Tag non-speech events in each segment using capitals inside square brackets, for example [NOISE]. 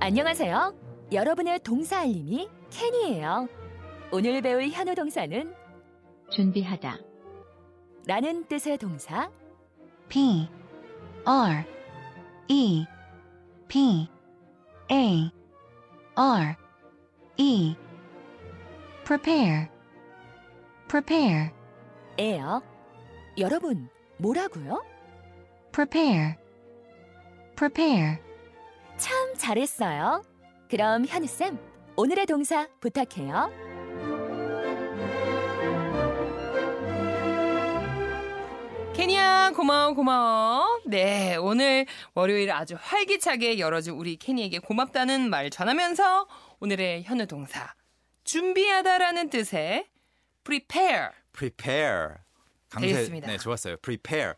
안녕하세요. 여러분의 동사 알림이 캔이에요. 오늘 배울 현우 동사는 준비하다. 라는 뜻의 동사 P R E P A R E prepare prepare 에요. 여러분, 뭐라고요? prepare prepare 참 잘했어요. 그럼 현우쌤, 오늘의 동사 부탁해요. 케니야 고마워 고마워. 네 오늘 월요일 아주 활기차게 열어준 우리 케니에게 고맙다는 말 전하면서 오늘의 현우 동사 준비하다라는 뜻의 prepare prepare. 되겠습니다. 네, 좋았어요. prepare.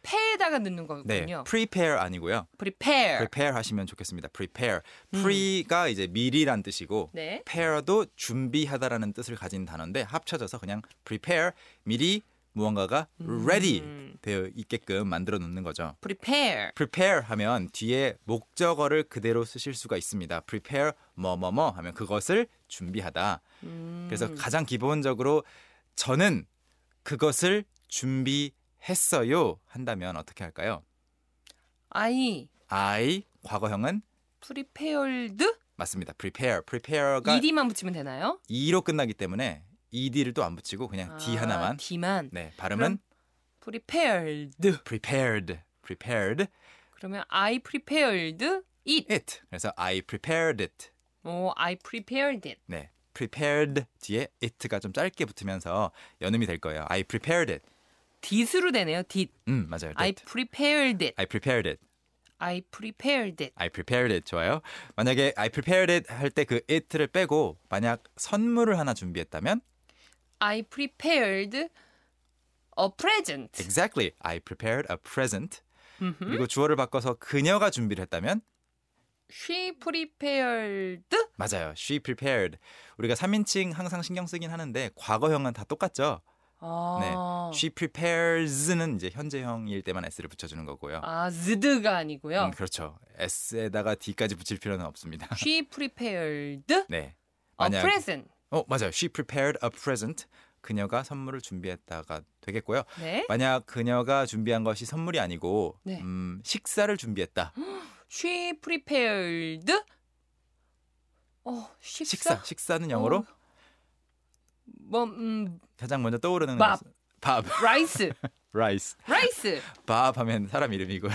패에다가 넣는 네, 거군요. prepare 아니고요. prepare. 음. prepare 하시면 좋겠습니다. prepare. pre가 이제 미리란 뜻이고 네. pair도 준비하다라는 뜻을 가진 단어인데 합쳐져서 그냥 prepare 미리 무언가가 음. ready 되어 있게끔 만들어 놓는 거죠. prepare. prepare 하면 뒤에 목적어를 그대로 쓰실 수가 있습니다. prepare 뭐뭐뭐 하면 그것을 준비하다. 음. 그래서 가장 기본적으로 저는 그것을 준비했어요 한다면 어떻게 할까요? I I 과거형은 prepared 맞습니다. prepare. prepare가 ed만 붙이면 되나요? E로 끝나기 때문에 ed를 또 안 붙이고 그냥 D 아, 하나만. D만. 네, 발음은 prepared. prepared. prepared 그러면 I prepared it. it. 그래서 I prepared it. 오, I prepared it. 네. prepared 뒤에 it가 좀 짧게 붙으면서 연음이 될 거예요. I prepared it. did로 되네요. did. 음, 맞아요. I that. prepared it. I prepared it. I prepared it. I prepared it 좋아요. 만약에 I prepared it 할 때 그 it를 빼고 만약 선물을 하나 준비했다면 I prepared a present. exactly I prepared a present. 그리고 주어를 바꿔서 그녀가 준비를 했다면 She prepared 맞아요. She prepared. 우리가 3인칭 항상 신경 쓰긴 하는데 과거형은 다 똑같죠. 네. 아, She prepares는 이제 현재형일 때만 s를 붙여주는 거고요. 아 z가 아니고요. 음, 그렇죠. s에다가 d까지 붙일 필요는 없습니다. She prepared [LAUGHS] 네. a present. 어 맞아요. She prepared a present. 그녀가 선물을 준비했다가 되겠고요. 네. 만약 그녀가 준비한 것이 선물이 아니고 네. 음, 식사를 준비했다. She prepared 어, 식사. 식사. 식사는 영어로 어. 뭐 음, 가장 먼저 떠오르는 밥. 것은 밥. [LAUGHS] 라이스. 라이스. 라이스. 밥 하면 사람 [LAUGHS] 이름이고요.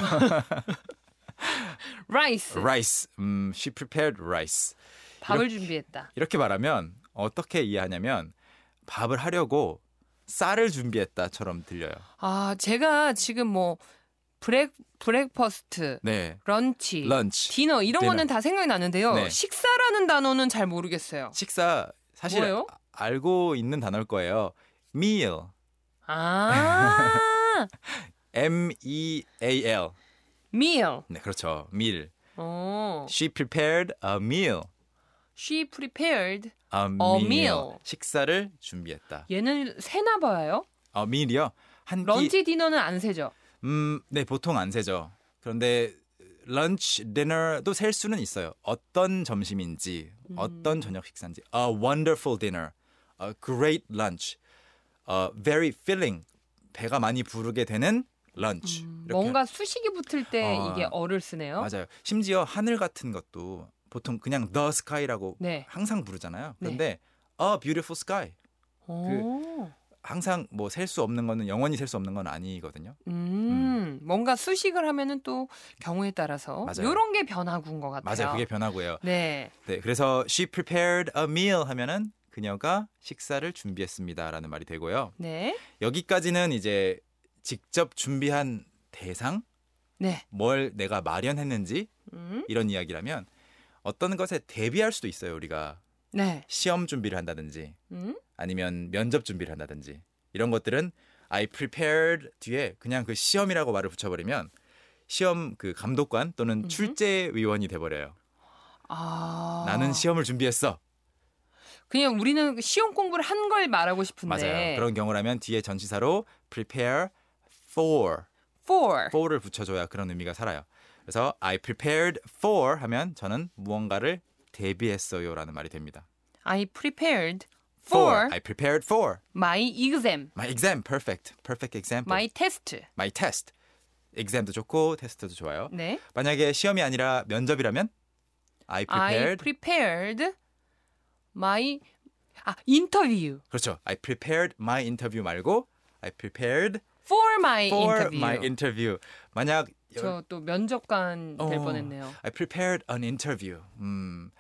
라이스. rice. 음, she prepared rice. 밥을 준비했다. 이렇게 말하면 어떻게 이해하냐면 밥을 하려고 쌀을 준비했다처럼 들려요. 아, 제가 지금 뭐 브렉 브렉퍼스트, 네. 런치, 런치. 디너 이런 디너. 거는 다 생각나는데요. 네. 식사라는 단어는 잘 모르겠어요. 식사 사실 뭐예요? 아- 알고 있는 단어일 거예요. meal. 아, M E A L. [LAUGHS] meal. 네, 그렇죠. meal. 어, She prepared a meal. she prepared. A meal. meal. 식사를 준비했다. 얘는 세나 봐요. a meal이요. 한 끼. 런치 디너는 안 세죠. 음, 네, 보통 안 세죠. 그런데 lunch, dinner도 셀 수는 있어요. 어떤 점심인지, 음. 어떤 저녁 식사인지. A wonderful dinner, a great lunch, a very filling. 배가 많이 부르게 되는 lunch. 이렇게 뭔가 수식이 붙을 때 아, 이게 어를 쓰네요. 맞아요. 심지어 하늘 같은 것도 보통 그냥 the sky라고 네. 항상 부르잖아요. 그런데 a beautiful sky. 오, 항상 뭐 셀 수 없는 거는 영원히 셀 수 없는 건 아니거든요. 음, 뭔가 수식을 하면은 또 경우에 따라서 맞아요. 이런 게 변화구인 것 같아요. 맞아요. 그게 변하고요. 네, 네, 그래서 she prepared a meal 하면은 그녀가 식사를 준비했습니다라는 말이 되고요. 네, 여기까지는 이제 직접 준비한 대상, 네. 뭘 내가 마련했는지 음, 이런 이야기라면 어떤 것에 대비할 수도 있어요. 우리가 네. 시험 준비를 한다든지 음? 아니면 면접 준비를 한다든지 이런 것들은 I prepared 뒤에 그냥 그 시험이라고 말을 붙여버리면 시험 그 감독관 또는 음흠. 출제위원이 돼버려요. 아, 나는 시험을 준비했어. 그냥 우리는 시험 공부를 한 걸 말하고 싶은데 맞아요. 그런 경우라면 뒤에 전치사로 prepare for for. for를 붙여줘야 그런 의미가 살아요. 그래서 I prepared for 하면 저는 무언가를 대비했어요라는 말이 됩니다. I prepared for, I prepared for my exam, my exam. Perfect. Perfect example. my test. my test. exam도 좋고 테스트도 좋아요. 네. 만약에 시험이 아니라 면접이라면 I I prepared. prepared my 아, interview 그렇죠. I prepared my interview 말고 I prepared for my for 네, interview. my interview. 만약 저 또 면접관 될 어, 뻔했네요. I prepared an interview. 음,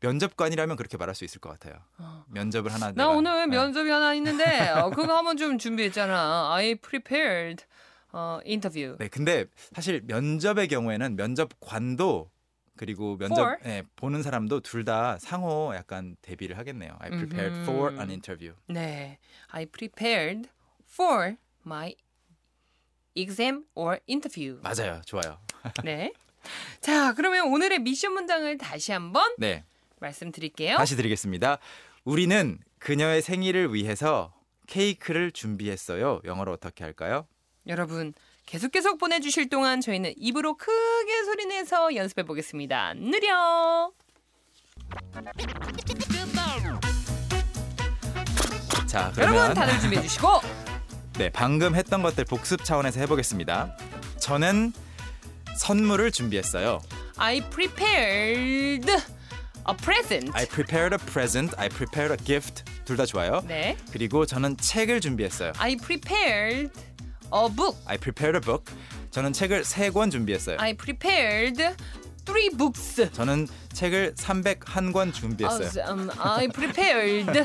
면접관이라면 그렇게 말할 수 있을 것 같아요. 면접을 하나. 어. 나 내가- 오늘 네. 면접이 하나 [LAUGHS] 있는데 어, 그거 한번 좀 준비했잖아. I prepared 어, interview. 네, 근데 사실 면접의 경우에는 면접관도 그리고 면접 For? 예, 보는 사람도 둘 다 상호 약간 대비를 하겠네요. I prepared 음흠. for an interview. 네. I prepared for my exam or interview. 맞아요, 좋아요. 네. 자, 그러면 오늘의 미션 문장을 다시 한번 네, 말씀드릴게요. 다시 드리겠습니다. 우리는 그녀의 생일을 위해서 케이크를 준비했어요. 영어로 어떻게 할까요? 여러분, 계속 계속 보내 주실 동안 저희는 입으로 크게 소리내서 연습해 보겠습니다. 느려. 자, 그러면 여러분 다들 준비해 주시고 네, 방금 했던 것들 복습 차원에서 해보겠습니다. 저는 선물을 준비했어요. I prepared a present. I prepared a present. I prepared a gift. 둘 다 좋아요. 네. 그리고 저는 책을 준비했어요. I prepared a book. I prepared a book. 저는 책을 세 권 준비했어요. I prepared three books. 저는 책을 301권 준비했어요. I, um, I prepared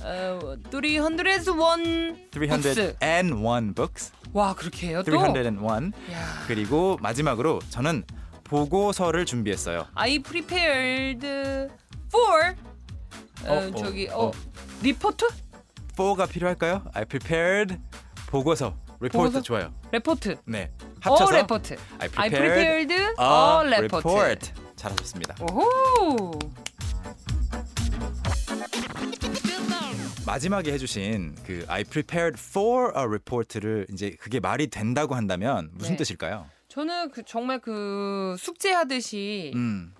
uh, 301 books. 301 books. 와 그렇게 해요 또? 301. 야. 그리고 마지막으로 저는 보고서를 준비했어요. I prepared for 어, 어, 어, 저기 어. 어, 리포트? 포가 필요할까요? I prepared 보고서. report 보고서? 좋아요. 레포트. 네. 어 합쳐서 레포트. I I prepared, prepared a a report. report. 잘하셨습니다. 오호. 마지막에 해주신 그 I prepared for a report를 이제 그게 말이 된다고 한다면 무슨 네. 뜻일까요? 저는 그 정말 그 숙제하듯이 음,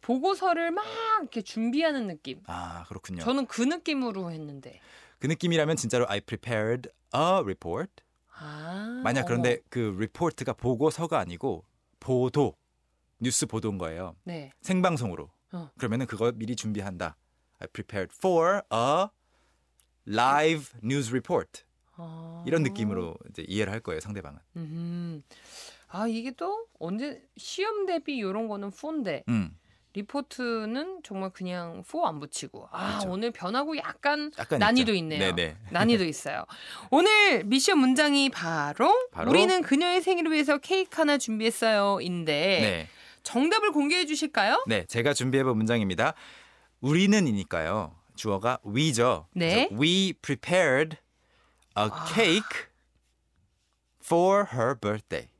보고서를 막 이렇게 준비하는 느낌. 아 그렇군요. 저는 그 느낌으로 했는데. 그 느낌이라면 진짜로 I prepared a report. 아. 만약 어머. 그런데 그 report가 보고서가 아니고 보도, 뉴스 보도인 거예요. 네. 생방송으로. 어. 그러면은 그거 미리 준비한다. I prepared for a live news report. 아. 이런 느낌으로 이제 이해를 할 거예요 상대방은. 음. 아 이게 또 언제 시험 대비 이런 거는 4인데 음, 리포트는 정말 그냥 4 안 붙이고 아 그렇죠. 오늘 변하고 약간 약간 난이도 있죠. 있네요. 네네. 난이도 있어요. 오늘 미션 문장이 바로, 바로? 우리는 그녀의 생일을 위해서 케이크 하나 준비했어요인데 네. 정답을 공개해 주실까요? 네, 제가 준비해본 문장입니다. 우리는이니까요. 주어가 we죠. 네. 아. 그래서 We prepared a cake for her birthday.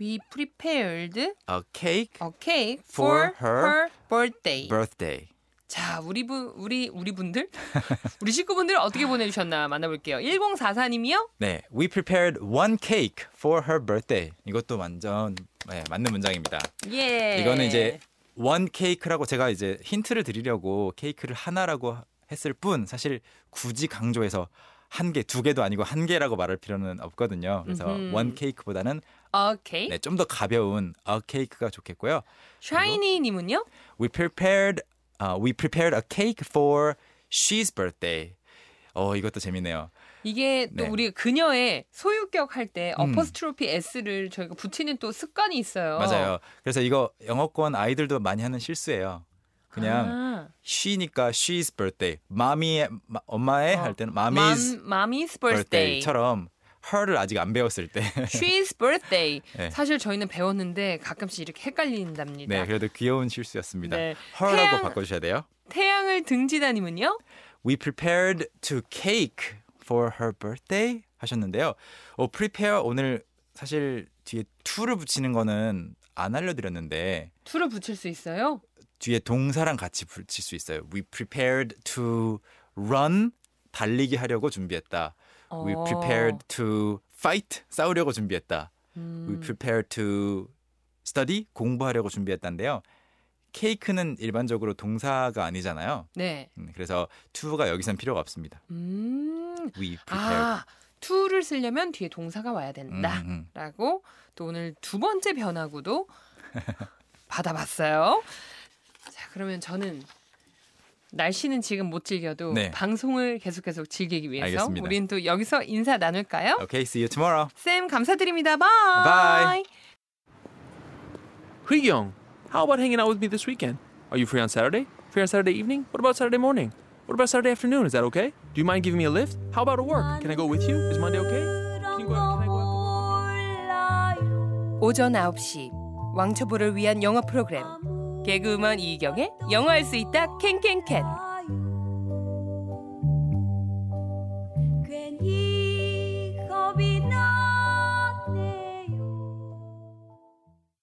We prepared A cake a cake for, For her her birthday. birthday. 자, 우리 분 우리 우리 분들 [LAUGHS] 우리 식구분들 어떻게 보내 주셨나 만나 볼게요. 1044님이요? 네, we prepared one cake for her birthday. 이것도 완전 네, 맞는 문장입니다. 예. 이거는 이제 원 케이크라고 제가 이제 힌트를 드리려고 케이크를 하나라고 했을 뿐 사실 굳이 강조해서 한 개, 두 개도 아니고 한 개라고 말할 필요는 없거든요. 그래서 음흠. 원 케이크보다는 오케이. 네, 좀 더 가벼운 a cake가 좋겠고요. 샤이니 님은요? We prepared 아, we prepared a cake for she's birthday. 어, 이것도 재밌네요. 이게 또 네. 우리 그녀의 소유격 할 때 음. 어퍼스트로피 s를 저희가 붙이는 또 습관이 있어요. 맞아요. 그래서 이거 영어권 아이들도 많이 하는 실수예요. 그냥 아, she니까 she's birthday. 마미의 마- 엄마의 어, 할 때는 맘, mommy's mommy's birthday. 네. birthday처럼 her를 아직 안 배웠을 [LAUGHS] 때. She's birthday. 네. 사실 저희는 배웠는데 가끔씩 이렇게 헷갈린답니다. [LAUGHS] 네, 그래도 귀여운 실수였습니다. 네. her라고 태양- 바꿔 주셔야 돼요. 태양을 등지다님은요? We prepared to cake for her birthday 하셨는데요. 어, prepare 오늘 사실 뒤에 to를 붙이는 거는 안 알려드렸는데 투를 붙일 수 있어요? 뒤에 동사랑 같이 붙일 수 있어요. We prepared to run 달리기 하려고 준비했다. We 어. prepared to fight 싸우려고 준비했다. 음, We prepare to study 공부하려고 준비했다는데요. 케이크는 일반적으로 동사가 아니잖아요. 네. 음, 그래서 to가 여기선 필요가 없습니다. 음. We prepared. 아, to를 쓰려면 뒤에 동사가 와야 음, 된다. 음. 라고 또 오늘 두 번째 [LAUGHS] 변화구도 받아봤어요. 자, 그러면 저는 날씨는 지금 못 즐겨도 네. 방송을 계속 계속 즐기기 위해서 알겠습니다. 우린 또 여기서 인사 나눌까요? Okay, see you tomorrow. 쌤 감사드립니다. 바이. 바이. Young, how about hanging out with me this weekend? Are you free on Saturday? Free on Saturday evening? What about Saturday morning? What about Saturday afternoon? Is that okay? Do you mind giving me a lift? How about at work? Can I go with you? Is Monday okay? Can you go out? Can I go out? 오전 9시 왕초보를 위한 영어 프로그램 개그우먼 이경의 영어할 수 있다 캔캔캔